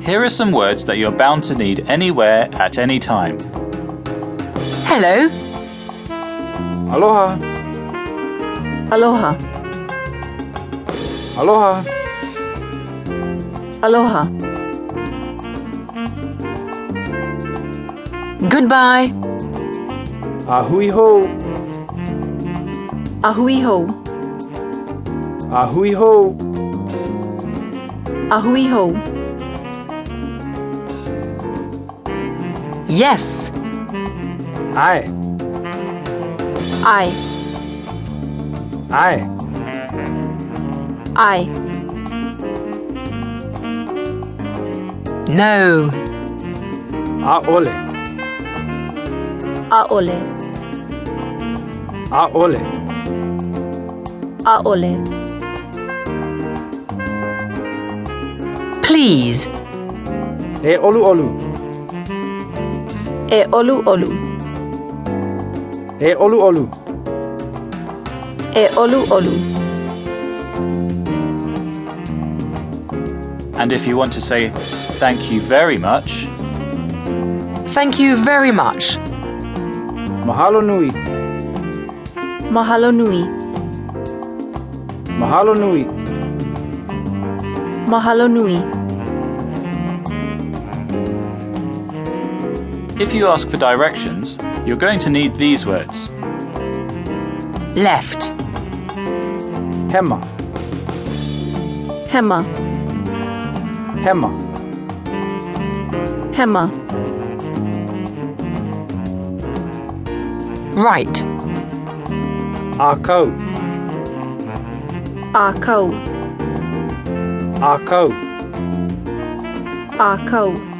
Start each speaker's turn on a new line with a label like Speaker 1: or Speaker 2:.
Speaker 1: Here are some words that you're bound to need anywhere at any time.
Speaker 2: Hello,
Speaker 3: Aloha.
Speaker 4: Aloha.
Speaker 3: Aloha.
Speaker 4: Aloha.
Speaker 2: goodbye,
Speaker 3: Ahui ho.
Speaker 4: Ahui ho.
Speaker 3: Ahui ho.
Speaker 4: Ahui ho.
Speaker 2: yes,
Speaker 3: Ai.
Speaker 4: Ai.
Speaker 3: Ai.
Speaker 4: Ai.
Speaker 2: no,
Speaker 3: Aole.
Speaker 4: Aole.
Speaker 3: Aole.
Speaker 4: Aole.
Speaker 2: please,
Speaker 3: E olu olu.
Speaker 4: E olu olu.
Speaker 3: E olu olu.
Speaker 4: E olu olu.
Speaker 1: And if you want to say thank you very much,
Speaker 2: thank you very much,
Speaker 3: Mahalo nui.
Speaker 4: Mahalo nui.
Speaker 3: Mahalo nui.
Speaker 4: Mahalo nui.
Speaker 1: if you ask for directions, you're going to need these words.
Speaker 2: left,
Speaker 3: Hema.
Speaker 4: Hema.
Speaker 3: Hema.
Speaker 4: Hema.
Speaker 2: right,
Speaker 3: Akau.
Speaker 4: Akau.
Speaker 3: Akau.
Speaker 4: Akau.